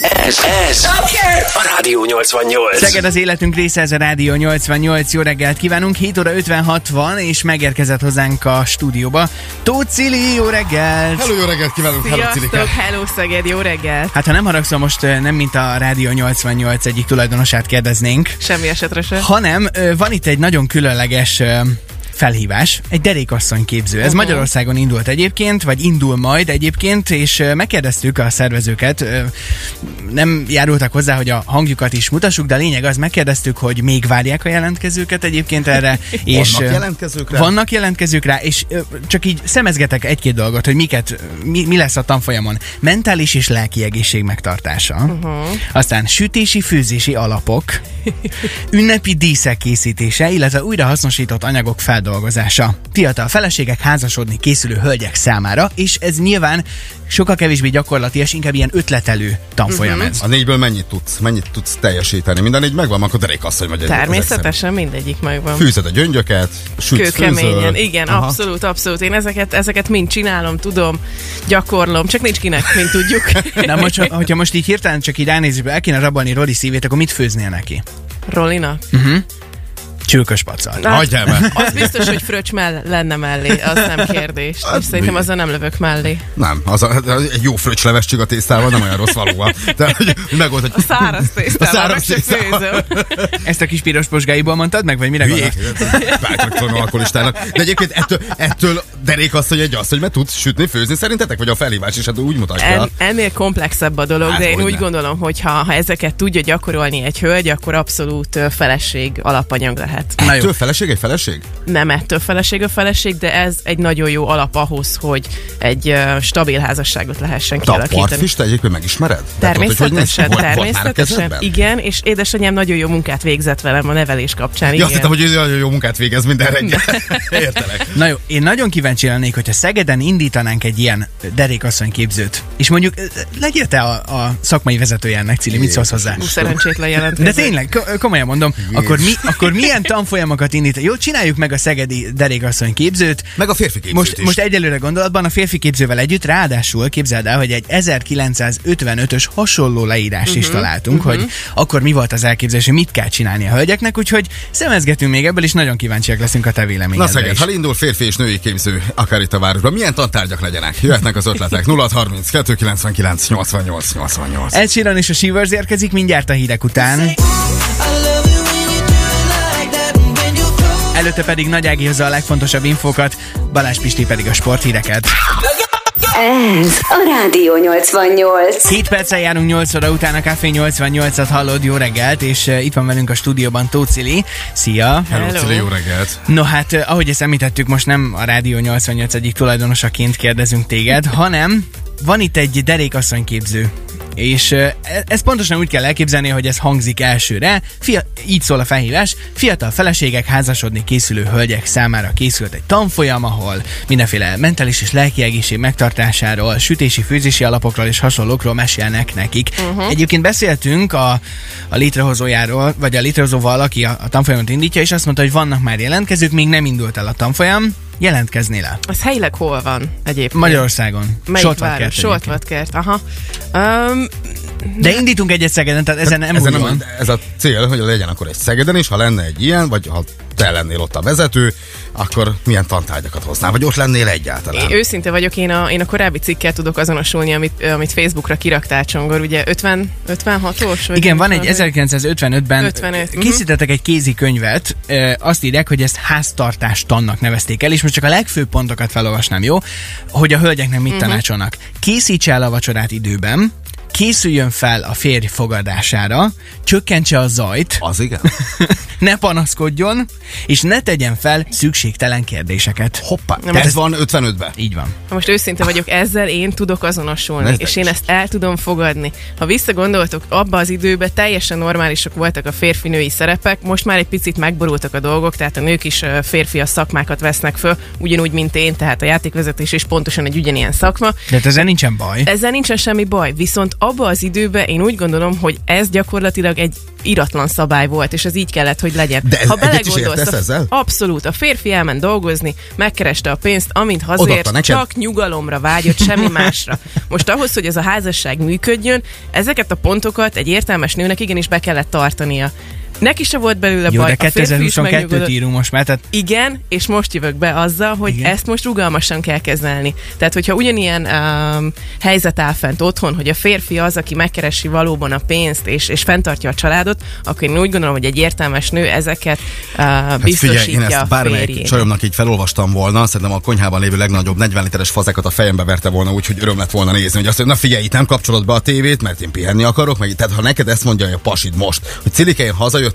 Ez, ez a Rádió 88. Szeged az életünk része, ez a Rádió 88. Jó reggelt kívánunk, 7 óra 56 van, és megérkezett hozzánk a stúdióba. Tóth Cili, jó reggelt! Hello, jó reggelt kívánunk! Hello, Cilike! Sziasztok, hello Szeged, jó reggel. Hát ha nem haragszom, most ö, nem mint a Rádió 88 egyik tulajdonosát kérdeznénk, Semmi esetre se. hanem ö, van itt egy nagyon különleges ö, felhívás, egy derékasszony képző. Ez Magyarországon indult egyébként, vagy indul majd egyébként, és ö, megkérdeztük a szervezőket, ö, nem járultak hozzá, hogy a hangjukat is mutassuk, de a lényeg az, megkérdeztük, hogy még várják a jelentkezőket egyébként erre. és, ö, jelentkezők rá? Vannak jelentkezők rá, és ö, csak így szemezgetek egy-két dolgot, hogy miket, ö, mi, mi lesz a tanfolyamon. Mentális és lelki egészség megtartása. Uh-huh. Aztán sütési, főzési alapok. Ünnepi díszek készítése, illetve újrahasznosított anyagok feldolgozása. Fiatal feleségek házasodni készülő hölgyek számára, és ez nyilván sokkal kevésbé gyakorlatias, inkább ilyen ötletelő tanfolyam ez. A négyből mennyit tudsz, mennyit tudsz teljesíteni? Minden négy megvan, akkor derékasszony vagy. egy- ezek szerint. Természetesen mindegyik megvan. Fűzed a gyöngyöket, sütsz Kőkeményen, főzöl. igen, Aha. abszolút, abszolút. Én ezeket, ezeket mind csinálom, tudom, gyakorlom, csak nincs kinek, mint tudjuk. Na most, ha- hogyha most így hirtelen csak így ránézésbe el kéne rabolni Roli szívét, akkor mit főznél neki? Rolina. Csülkös pacalt. Na, Hagyjál már! Az biztos, hogy fröccs mell- lenne mellé, az nem kérdés. És szerintem azzal nem lövök mellé. Nem, az a, az egy jó fröccsleves a tésztával, nem olyan rossz valóban. De hogy megold, hogy A száraz tésztával, A száraz meg se tésztával. főzöm. Ezt a kis piros posgáiból mondtad meg, vagy mire hülyék. gondolsz? Bátraktalan alkoholistának. De egyébként ettől, ettől derékasszony egy asszony, mert tudsz sütni, főzni szerintetek? Vagy a felhívás is hát úgy mutatja. En, ennél komplexebb a dolog, Hát hát, de én hogyne. úgy gondolom, hogy ha, ha ezeket tudja gyakorolni egy hölgy, akkor abszolút ö, feleség alapanyag lehet. Na jó. Ettől feleség egy feleség? nem ettől feleség a feleség, de ez egy nagyon jó alap ahhoz, hogy egy ö, stabil házasságot lehessen Te a kialakítani. partfista egyébként megismered? Tehát ott, hogy hogy néz ki? Természetesen, Volt- volt már a természetesen. kezedben? Igen, és édesanyám nagyon jó munkát végzett velem a nevelés kapcsán. Ja, Igen. azt hittem, hogy ő nagyon jó munkát végez minden reggel. Értelek. Na jó, én nagyon kíváncsi lennék, hogyha Szegeden indítanánk egy ilyen derékasszonyképzőt, és mondjuk ö, legyél te a, a szakmai vezetője ennek, Cili, mit szólsz hozzá? Ú, Szerencsétlen De jelentkezett. tényleg, ko- komolyan mondom, akkor, mi, akkor milyen tanfolyamokat indít? Jó, csináljuk meg a szegedi derékasszony képzőt. Meg a férfi képzőt Most, is. most egyelőre gondolatban a férfi képzővel együtt, ráadásul képzeld el, hogy egy 1955-ös hasonló leírást uh-huh, is Mhm, találtunk, uh-huh. hogy akkor mi volt az elképzelés, hogy mit kell csinálni a hölgyeknek, úgyhogy szemezgetünk még ebből, és nagyon kíváncsiak leszünk a te Na véleményedre Szeged, is. ha indul férfi és női képző, akár itt a városban, milyen tantárgyak legyenek? Jöhetnek az ötletek. 0630 299 88 88. Ed Sheeran és a Shivers érkezik mindjárt a hírek után. Előtte pedig Nagy Ági hozza a legfontosabb infókat, Balázs Pisti pedig a sporthíreket. Ez a Rádió 88. 7 perccel járunk 8 óra után, a Café 88-at hallod, jó reggelt, és eh, itt van velünk a stúdióban Tócili. Szia! Hello, Hello. Cili, jó reggelt! No hát, eh, ahogy ezt említettük, most nem a Rádió 88 egyik tulajdonosaként kérdezünk téged, hanem van itt egy derékasszonyképző. És eh, e- ezt pontosan úgy kell elképzelni, hogy ez hangzik elsőre. Fia- így szól a felhívás. Fiatal feleségek házasodni készülő hölgyek számára készült egy tanfolyam, ahol mindenféle mentális és lelki egészség megtartásáról, sütési, főzési alapokról és hasonlókról mesélnek nekik. Mhm. Uh-huh. Egyébként beszéltünk a, a létrehozójáról, vagy a létrehozóval, aki a, a tanfolyamot indítja, és azt mondta, hogy vannak már jelentkezők, még nem indult el a tanfolyam, jelentkeznél el. Az helyileg hol van egyébként? Magyarországon. Melyik Soltvárkert város? egyébként. Soltvatkert, aha. Um, De indítunk egyet Szegeden, tehát ezen nem, Hát Ezen úgy nem, van. ez a cél, hogy legyen akkor egy Szegeden is, ha lenne egy ilyen, vagy ha te lennél ott a vezető, akkor milyen tantárgyakat hoznál, vagy ott lennél egyáltalán. Én őszinte vagyok, én a, én a korábbi cikkel tudok azonosulni, amit, amit Facebookra kiraktál Csongor, ugye 50, 56-os? vagy Igen, van egy mit 1955-ben 55, mhm. készítettek egy kézikönyvet, ö, azt írják, hogy ezt háztartástannak nevezték el, és most csak a legfőbb pontokat felolvasnám, jó? Hogy a hölgyeknek Mhm. mit tanácsolnak. Készítse el a vacsorát időben, készüljön fel a férj fogadására, csökkentse a zajt, Az igen? ne panaszkodjon, és ne tegyen fel szükségtelen kérdéseket. Hoppá, Nem, hát ez ez- van 55-ben. Így van. Ha most őszinte vagyok, ezzel én tudok azonosulni, Nezdek és én is. ezt el tudom fogadni. Ha visszagondoltok, abba az időben teljesen normálisak voltak a férfi-női szerepek, most már egy picit megborultak a dolgok, tehát a nők is ö, férfias szakmákat vesznek föl, ugyanúgy, mint én, tehát a játékvezetés is pontosan egy ugyanilyen szakma. De hát ezzel nincsen baj. Ezzel nincsen semmi baj, viszont abba az időben én úgy gondolom, hogy ez gyakorlatilag egy iratlan szabály volt, és ez így kellett, hogy legyen. De ez- egyet is értesz a, ezzel? Abszolút. A férfi elment dolgozni, megkereste a pénzt, amint Odaadta hazért, neked? csak nyugalomra vágyott, semmi másra. Most ahhoz, hogy ez a házasság működjön, ezeket a pontokat egy értelmes nőnek igenis be kellett tartania. Neki se volt belőle Jó, baj, de a férfi is 2022-t megnyugodott. írunk most már, tehát Igen, és most jövök be azzal, hogy Igen. Igen. ezt most rugalmasan kell kezelni. Tehát, hogyha ugyanilyen um, helyzet áll fent otthon, hogy a férfi az, aki megkeresi valóban a pénzt és, és fenntartja a családot, akkor én úgy gondolom, hogy egy értelmes nő ezeket uh, Hát biztosítja figyelj, én ezt a bármelyik férjének. csajomnak így felolvastam volna, szerintem a konyhában lévő legnagyobb 40 literes fazekat a fejembe verte volna, úgyhogy öröm lett volna nézni, hogy azt mondja, na figyelj, itt nem kapcsolod be a tévét, mert én pihenni akarok, meg tehát ha neked ezt mondja a pasid most, hogy Cilike, én hazajöttem,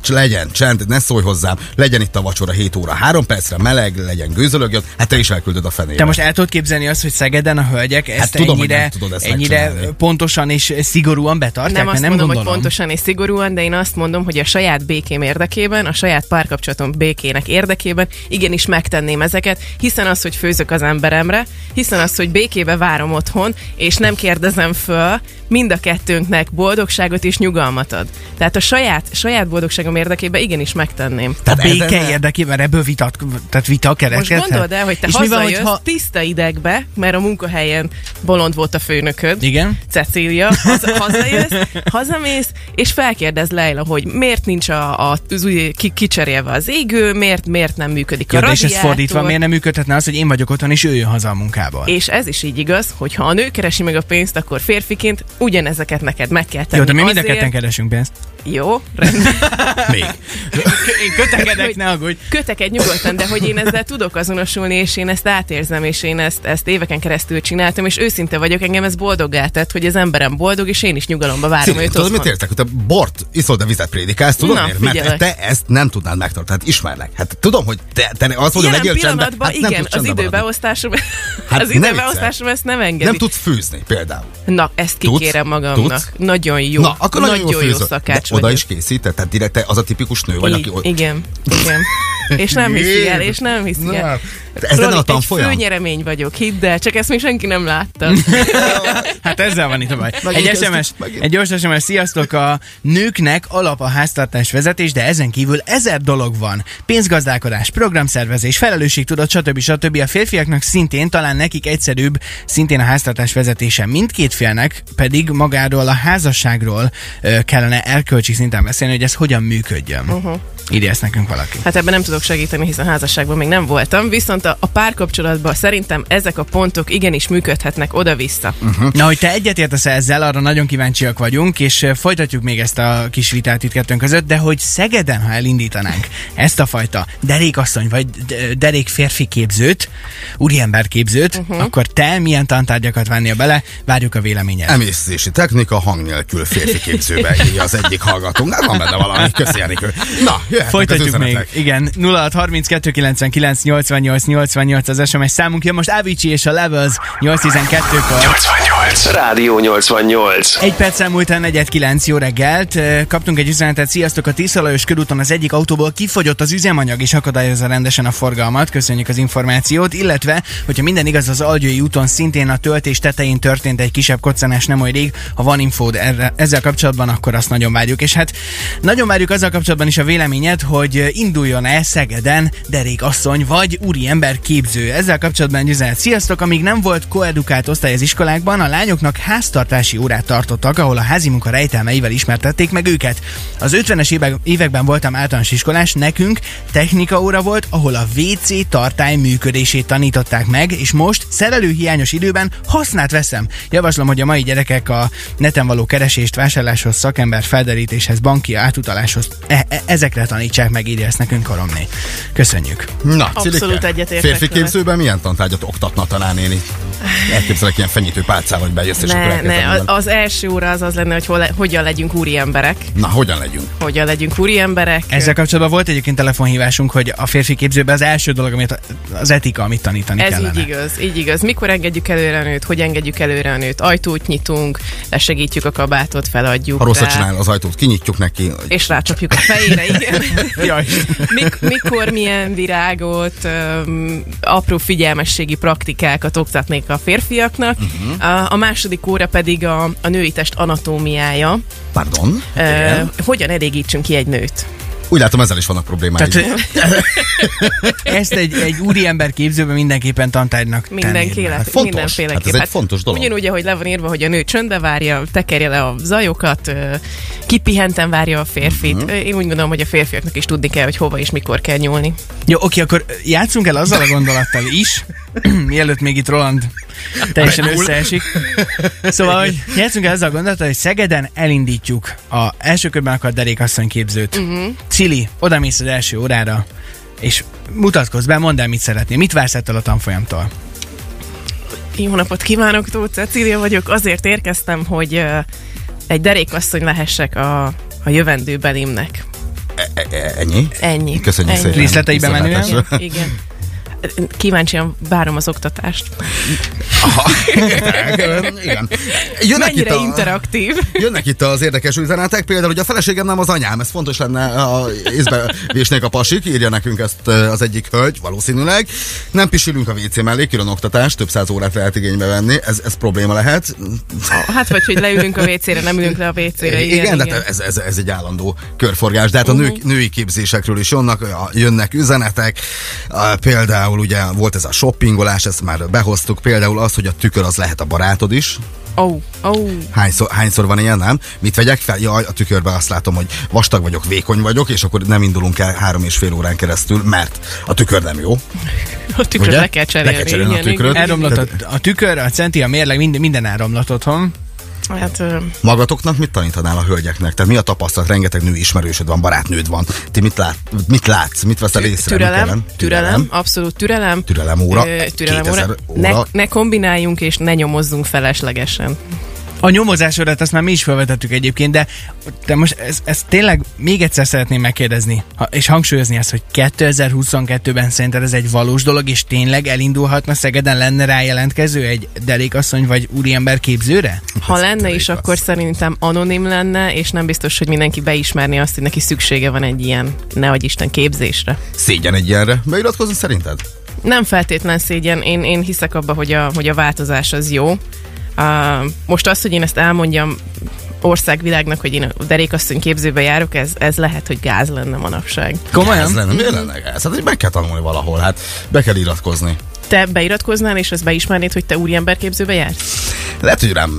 cs- legyen csend, ne szólj hozzám, legyen itt a vacsora 7 óra 3 percre, meleg, legyen gőzölögjön, hát te is elküldöd a fenébe. te most el tudod képzelni azt, hogy Szegeden a hölgyek ezt Hát tudom, hogy ennyire, nem tudod ezt ennyire megcsinálni. pontosan és szigorúan betartják, Nem mert azt nem mondom, gondolom. hogy pontosan és szigorúan, de én azt mondom, hogy a saját békém érdekében, a saját párkapcsolatom békének érdekében igenis megtenném ezeket, hiszen az, hogy főzök az emberemre, hiszen az, hogy békébe várom otthon, és nem kérdezem föl, mind a kettőnknek boldogságot és nyugalmat ad. Tehát a saját, saját boldogságom érdekében igenis megtenném. A béke ezen- érdekében ebből vitat, tehát vita Most kereskedhet? gondold el, hogy te És mi van, hazajössz hogyha... tiszta idegbe, mert a munkahelyen bolond volt a főnököd. Igen. Cecília, haza, hazajössz, hazamész, és felkérdez Leila, hogy miért nincs a, a, az új, ki, kicserélve az égő, miért, miért nem működik a Jó, de és ez radiátor. fordítva, miért nem működhetne az, hogy én vagyok otthon, és ő jön haza a munkából? És ez is így igaz, hogy ha a nő keresi meg a pénzt, akkor férfiként ugyanezeket neked meg kell tenni. Jó, de mi mind a azért- ketten keresünk pénzt. Jó, rendben. még. Hát, Én kötekedek, ne aggódj. Kötek egy nyugodtan, de hogy én ezzel tudok azonosulni, és én ezt átérzem, és én ezt, ezt éveken keresztül csináltam, és őszinte vagyok, engem ez boldoggá tett, hogy az emberem boldog, és én is nyugalomba várom Cili, őt tudod, mit otthon. értek? Hogy te bort iszol, de vizet prédikálsz, tudod Na, miért? Mert figyelek. te ezt nem tudnád megtartani, hát ismerlek. Hát tudom, hogy te, te azt mondod, Jelen legyél csendben, pillanatban hát hát nem igen, tudsz az csendben maradni. időbeosztásom, hát Hát ne az időbeosztásom ezt nem engedi. Nem tudsz főzni például. Na, ezt Tudsz? kikérem magamnak. Tudsz? Nagyon jó. Na, akkor nagyon, nagyon jól jó főzöl. szakács De oda vagyok. is készített, tehát direkt te az a tipikus nő vagy, Így, aki... ott- Igen, igen. És nem hiszi el, és nem hiszi el. De hát Ez lenne Roli, a egy tanfolyam? főnyeremény vagyok, hidd el, csak ezt még senki nem látta. Hát ezzel van itt a baj. Megint Egy kezdtük, SMS, megint. egy gyors SMS, sziasztok, a nőknek alap a háztartás vezetés, de ezen kívül ezer dolog van. Pénzgazdálkodás, programszervezés, felelősségtudat, stb. stb. A férfiaknak szintén, talán nekik egyszerűbb, szintén a háztartás vezetése. Mindkét félnek pedig magáról a házasságról ö, kellene erkölcsi szinten beszélni, hogy ez hogyan működjön. Uh-huh. Írja ezt nekünk valaki. Hát ebben nem tudok segíteni, hiszen házasságban még nem voltam, viszont a, a párkapcsolatban szerintem ezek a pontok igenis működhetnek oda-vissza. Hm, Na, hogy te egyetértesz ezzel, arra nagyon kíváncsiak vagyunk, és ö, folytatjuk még ezt a kis vitát itt kettőnk között, de hogy Szegeden, ha elindítanánk ezt a fajta derékasszony vagy d- eh, derék férfi képzőt, úriember képzőt, uh-huh. akkor te milyen tantárgyakat vennél bele? Várjuk a véleményed. Emésztési technika hang nélkül férfi képzőbe írja az egyik hallgatónk. Hát van benne valami, köszi Enikő. Na, jöhetnek az Folytatjuk még. üzenetek. Igen, 0632 99 88 88 az SMS számunk jön most Avicii és a Levels 812-kor. 88. Rádió 88. Egy perccel múlt a negyed kilenc, jó reggelt. Ö, Kaptunk egy üzenetet, sziasztok, a Tiszalajos körúton az egyik autóból kifogyott az üzemanyag, és akadályozza rendesen a forgalmat. Köszönjük az információt, illetve, hogyha minden igaz, az Algyői úton szintén a töltés tetején történt egy kisebb koccanás nem olyan rég. Ha van infód erre, ezzel kapcsolatban, akkor azt nagyon várjuk. És hát nagyon várjuk azzal kapcsolatban is a véleményed, hogy ö, induljon-e Szegeden derék asszony vagy úriember képző. Ezzel kapcsolatban egy üzenet. Sziasztok, amíg nem volt koedukált osztály az iskolákban, a lányoknak háztartási órát tartottak, ahol a házi munka rejtelmeivel ismertették meg őket. Az 50-es évek- években voltam általános iskolás, nekünk technika óra volt, ahol a WC tartály működését tanították meg, és most szerelőhiányos időben hasznát veszem. Javaslom, hogy a mai gyerekek a neten való keresést, vásárláshoz, szakember felderítéshez, banki átutaláshoz e- e- ezekre tanítsák meg, írja ezt nekünk Karomné. Köszönjük. Na, Abszolút Cilike, egyetértek Férfi veled. képzőben milyen tantárgyat oktatna talán én itt? Elképzelek ilyen fenyítő pálcával, hogy bejössz és akkor Ne, elkezdem ne, az, mondani. az első óra az az lenne, hogy hol, hogyan legyünk úri emberek. Na, hogyan legyünk? Hogyan legyünk úri emberek. Ezzel kapcsolatban volt egyébként telefonhívásunk, hogy a férfi képzőben az első dolog, amit az etika, amit tanítani Ez kellene. így igaz, így igaz. Mikor engedjük előre a nőt, hogy engedjük előre a nőt, ajtót nyitunk, lesegítjük a kabátot, feladjuk. Ha rosszat rá, csinál az ajtót, kinyitjuk neki. hogy- És rácsapjuk a fejére, igen. Jaj. Mik, mikor milyen virágot, öm, apró figyelmességi praktikákat oktatnék a férfiaknak, Mhm. uh-huh. a, a második óra pedig a, a női test anatómiája, Pardon? ö, hogyan elégítsünk ki egy nőt. Úgy látom, ezzel is vannak problémáid. Tehát, Hát, ezt egy, egy úriember képzőben mindenképpen tantárgynak tenném. Mindenkéle, Hát hát fontos. mindenféleképp. Hát ez egy fontos dolog. Ugyanúgy, ahogy le van írva, hogy a nő csöndbe várja, tekerje le a zajokat, ö, kipihenten várja a férfit. Mhm. Ö, Én úgy gondolom, hogy a férfiaknak is tudni kell, hogy hova és mikor kell nyúlni. Jó, oké, akkor játszunk el azzal a gondolattal is, mielőtt még itt Roland teljesen összeesik. Szóval, hogy játszunk el azzal a gondolattal, hogy Szegeden elindítjuk a első körben akar derékasszony képzőt. Mhm. Uh-huh. Cili, oda mész az első órára, és mutatkozz be, mondd el, mit szeretnél. Mit vársz ettől a tanfolyamtól? Jó napot kívánok, Tóth Cecília vagyok. Azért érkeztem, hogy ö, egy derékasszony lehessek a, a jövendőbelimnek. E- Ennyi? Ennyi. Köszönjük Ennyi. szépen. Részleteibe menően? Viszontlátásra. Igen. Kíváncsian várom az oktatást. Igen. Jönnek itt, Mennyire a, interaktív. jönnek itt az érdekes üzenetek, például, hogy a feleségem nem az anyám, ez fontos lenne, a észbe vésnék a pasik, írja nekünk ezt ö, az egyik hölgy, valószínűleg. Nem pisülünk a WC mellé, külön oktatás, több száz órát lehet igénybe venni, ez, ez probléma lehet. Hát vagy, hogy leülünk a WC-re, nem ülünk le a WC-re. Igen, igen, de hát ez, ez, ez egy állandó körforgás, de hát a nők, női képzésekről is jönnek, a- jönnek üzenetek, A, például ugye volt ez a shoppingolás, ezt már behoztuk, például az, hogy a tükör az lehet a barátod is, Ó, ó, Hányszor, hányszor van ilyen, nem? Mit vegyek fel? Jaj, a tükörbe azt látom, hogy vastag vagyok, vékony vagyok, és akkor nem indulunk el három és fél órán keresztül, mert a tükör nem jó. a tükröt Ugye? le kell cserélni. Le kell cserélni a igen, tükröt. igen. Elromlott a, a tükör, a centi, a mérleg, minden, minden elromlott otthon. Hát, ö, Magatoknak mit tanítanál a hölgyeknek? Tehát mi a tapasztalat? Rengeteg nő ismerősöd van, barátnőd van. Ti mit, lát, mit látsz? Mit veszel észre? mit türelem, jelen? türelem, abszolút türelem. Türelem óra, Ö, Türelem óra. 2000 óra. Ne, ne kombináljunk és ne nyomozzunk feleslegesen. A nyomozásodat azt már mi is felvetettük egyébként, de, de most ezt ez tényleg még egyszer szeretném megkérdezni, ha, és hangsúlyozni ezt, hogy 2022-ben szerinted ez egy valós dolog, és tényleg elindulhatna Szegeden, lenne rá jelentkező egy derékasszony vagy úriember képzőre? Hát Ha lenne elég is, klassz. akkor szerintem anonim lenne, és nem biztos, hogy mindenki beismerni azt, hogy neki szüksége van egy ilyen, nehogy Isten képzésre. Szégyen egy ilyenre. Beiratkozni szerinted? Nem feltétlen szégyen, én, én hiszek abba, hogy a, hogy a változás az jó. Uh, most az, hogy én ezt elmondjam országvilágnak, hogy én a derékasszony képzőbe járok, ez, ez lehet, hogy gáz lenne manapság. Ez Komolyan? lenne, Mm. mi lenne ez? Hát meg kell tanulni valahol, hát be kell iratkozni. Te beiratkoznál, és ezt beismernéd, hogy te úriemberképzőbe jársz? Lehet, hogy rám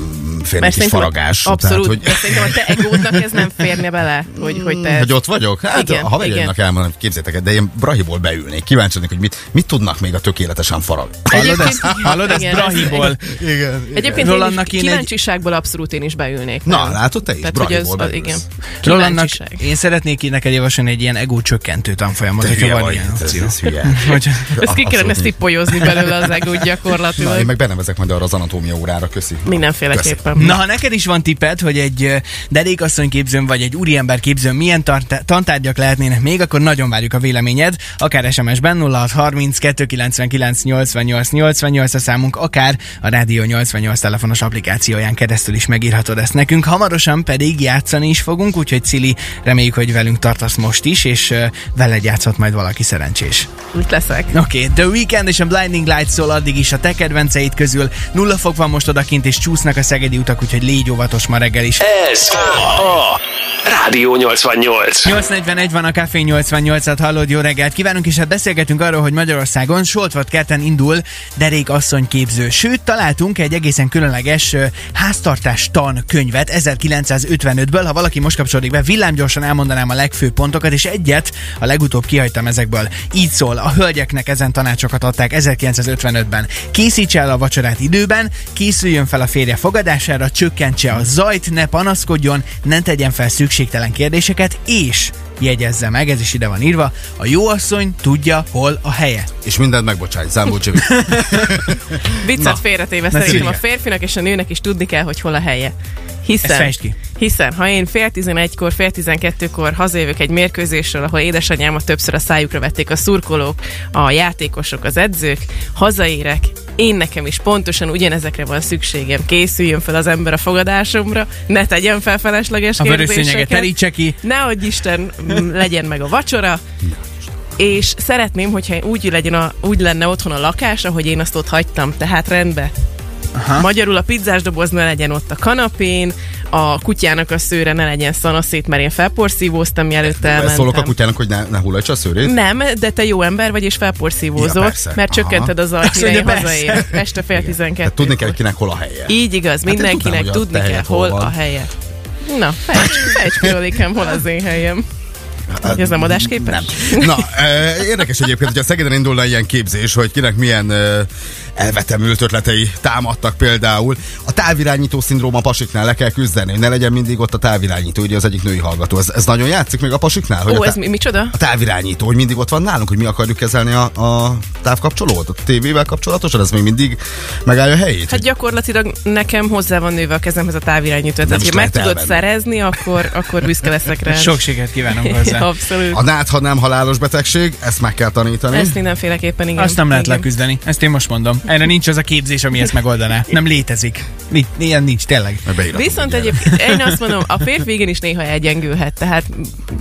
fér egy kis szerintem- faragás. Abszolút. Tehát, Tehát, hogy... hogy... Szerintem a te egódnak ez nem férne bele, hogy, hogy te... Hogy ott vagyok? Hát igen, Igen, ha megyek igen. elmondom, képzétek el, de én brahiból beülnék. Kíváncsi lennék, hogy mit, mit tudnak még a tökéletesen farag. Hallod Egyébként- ezt? Hallod ezt? Igen, Brahiból. Igen. Egyébként én Rolandnak is, én egy- kíváncsiságból abszolút én is beülnék. Na, nem? látod te is? Tehát, hogy Brahiból az, az, beülsz. igen. Rolandnak Kíváncsiság. én szeretnék így neked javasolni egy ilyen egó csökkentő tanfolyamot, Te hülye hogyha van vagy, ilyen ez, opció. ez hülye. Hogy, Ezt ki kellene Abszolút nincs. szipolyozni belőle az egód Na, én gyakorlatilag. meg benevezek majd arra az anatómia órára, köszi. Mindenféleképpen. Na, ha neked is van tipped, hogy egy ö, derékasszony képzőn vagy egy úriember képzőn milyen tart- tantárgyak lehetnének még, akkor nagyon várjuk a véleményed, akár SMS-ben 0630 299 88 88 a számunk, akár a Rádió 88 telefonos applikációján keresztül is megírhatod ezt nekünk. Hamarosan pedig játszani is fogunk, úgyhogy Cili, reméljük, hogy velünk tartasz most is, és ö, veled játszhat majd valaki szerencsés. Mit leszek? Oké, okay, The Weekend és a Blinding Light szól addig is a te kedvenceid közül. Nulla fok van most odakint, és csúsznak a szegedi utak, úgyhogy légy óvatos ma reggel is. Ez a Rádió 88. 8.41 van a Café 88-at, hallod, jó reggelt kívánunk, és hát beszélgetünk arról, hogy Magyarországon Soltvat kerten indul derék asszonyképző. Sőt, találtunk egy egészen különleges ö, háztartás tan könyvet 1955-ből, ha valaki most kapcsolódik be, villámgyorsan elmondanám a legfőbb pontokat, és egyet a legutóbb kihagytam ezekből. Így szól, a hölgyeknek ezen tanácsokat adták 1955-ben. Készítse el a vacsorát időben, készüljön fel a férje fogadására, csökkentse a zajt, ne panaszkodjon, ne tegyen fel szükségtelen kérdéseket, és jegyezze meg, ez is ide van írva, a jó asszony tudja, hol a helye. És mindent megbocsájt, Zámbó Jimmy. Viccet félretéve szerintem Szilvia. a férfinak és a nőnek is tudni kell, hogy hol a helye. Ezt Hiszen, fejtsd ki. hiszen ha én fél tizenegykor, fél tizenkettőkor hazajövök egy mérkőzésről, ahol édesanyámat többször a szájukra vették a szurkolók, a játékosok, az edzők, hazaérek, én nekem is pontosan ugyanezekre van szükségem. Készüljön fel az ember a fogadásomra, ne tegyen fel felesleges A vörös szőnyeget kérdéseket. terítse ki. Nehogy Isten m, legyen meg a vacsora, és szeretném, hogyha úgy, legyen a, úgy lenne otthon a lakás, ahogy én azt ott hagytam, tehát rendbe. Aha. Magyarul a pizzás doboz ne legyen ott a kanapén, a kutyának a szőre ne legyen szanaszét, mert én felporszívóztam, mielőtt elmentem. Szólok a kutyának, hogy ne, ne hullajts a szőrét? Nem, de te jó ember vagy, és Ja, felporszívózol, persze. ja, mert Aha. csökkented az ajt, mire én mondja, hazaér. Este fél tizenkettő. Tehát Hát tudni kell, hogy kinek hol a helye. Így igaz, Hát én mindenkinek tudnám, hogy a tudni te kell, helyed hol hol van. a helye. Na, fejtsd, fejtsd ki, Rolikám, hol az én helyem. Ez nem adásképes? Hát, Nem. Na, e, érdekes egyébként, hogy a Szegeden indulna ilyen képzés, hogy kinek milyen e, elvetemült ötletei támadtak például. A távirányító szindróma pasiknál le kell küzdeni, hogy ne legyen mindig ott a távirányító, ugye az egyik női hallgató. Ez, ez nagyon játszik még a pasiknál? Hogy Ó, a, tá- ez mi, micsoda? a távirányító, hogy mindig ott van nálunk, hogy mi akarjuk kezelni a, a távkapcsolót, a tévével kapcsolatosan, ez még mindig megállja a helyét. Hát gyakorlatilag nekem hozzá van nőve a kezemhez a távirányító. Nem Tehát, is ha meg lehet tudod elvenni. szerezni, akkor, akkor büszke leszek rá. Sok sikert kívánunk hozzá. Abszolút. A nád, ha nem halálos betegség, ezt meg kell tanítani. Ezt mindenféleképpen igen. Azt nem lehet igen. leküzdeni, ezt én most mondom. Erre nincs az a képzés, ami ezt megoldaná. Nem létezik. Ni- ilyen nincs, tényleg. Majd beíratom Viszont mindjárt. egyébként én azt mondom, a férfi igenis néha elgyengülhet. Tehát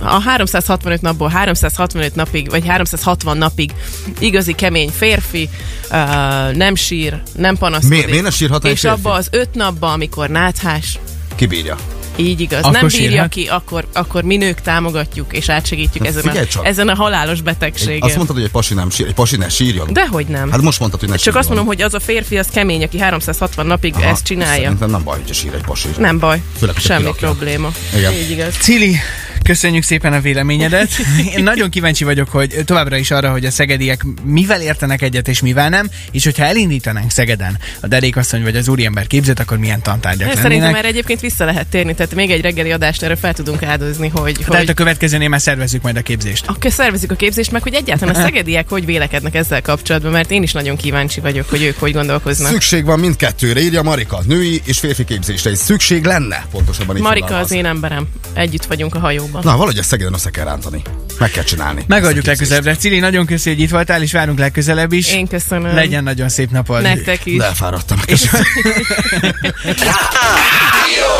a 365 napból 365 napig, vagy 360 napig igazi kemény férfi, uh, nem sír, nem panaszkodik. Mi- miért ne sírhat egy És férfi? abba az öt napba, amikor náthás, Kibírja. így igaz, Akkor nem bírja sírhat? ki, akkor, akkor mi nők támogatjuk és átsegítjük Hát ezen figyelj a, csak. ezen a halálos betegségen. Azt mondtad, hogy egy pasi nem sír, egy pasi ne sírjon. Dehogy nem. Hát most mondtad, hogy ne Csak azt mondom, sírjon. hogy az a férfi az kemény, aki 360 napig Aha, ezt csinálja. Szerintem nem baj, hogyha sír egy pasi. Nem baj, Főleg, hogyha semmi kirakja. probléma. Igen. Így igaz. Cili, köszönjük szépen a véleményedet. Én nagyon kíváncsi vagyok, hogy továbbra is arra, hogy a szegediek mivel értenek egyet és mivel nem, és hogyha elindítanánk Szegeden a derékasszony vagy az úriember képzőt, akkor milyen tantárgyak Hát lennének. Szerintem már egyébként vissza lehet térni, tehát még egy reggeli adást erre fel tudunk áldozni, hogy, Tehát a hogy következőnél már szervezzük majd a képzést. akkor szervezik a képzést, meg hogy egyáltalán a szegediek hogy vélekednek ezzel kapcsolatban, mert én is nagyon kíváncsi vagyok, hogy ők hogy gondolkoznak. Szükség van mindkettőre, írja Marika. Női és férfi képzésre is szükség lenne, pontosabban így Marika fogalmaz. az én emberem, együtt vagyunk a hajóban. Na, valahogy ezt Szegeden össze kell rántani. Meg kell csinálni. Megadjuk Ezt a képzést. legközelebbre. Cili, nagyon köszi, hogy itt voltál, és várunk legközelebb is. Én köszönöm. Legyen nagyon szép napod. Nektek is. Elfáradtam.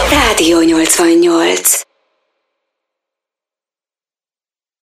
Rádió 88.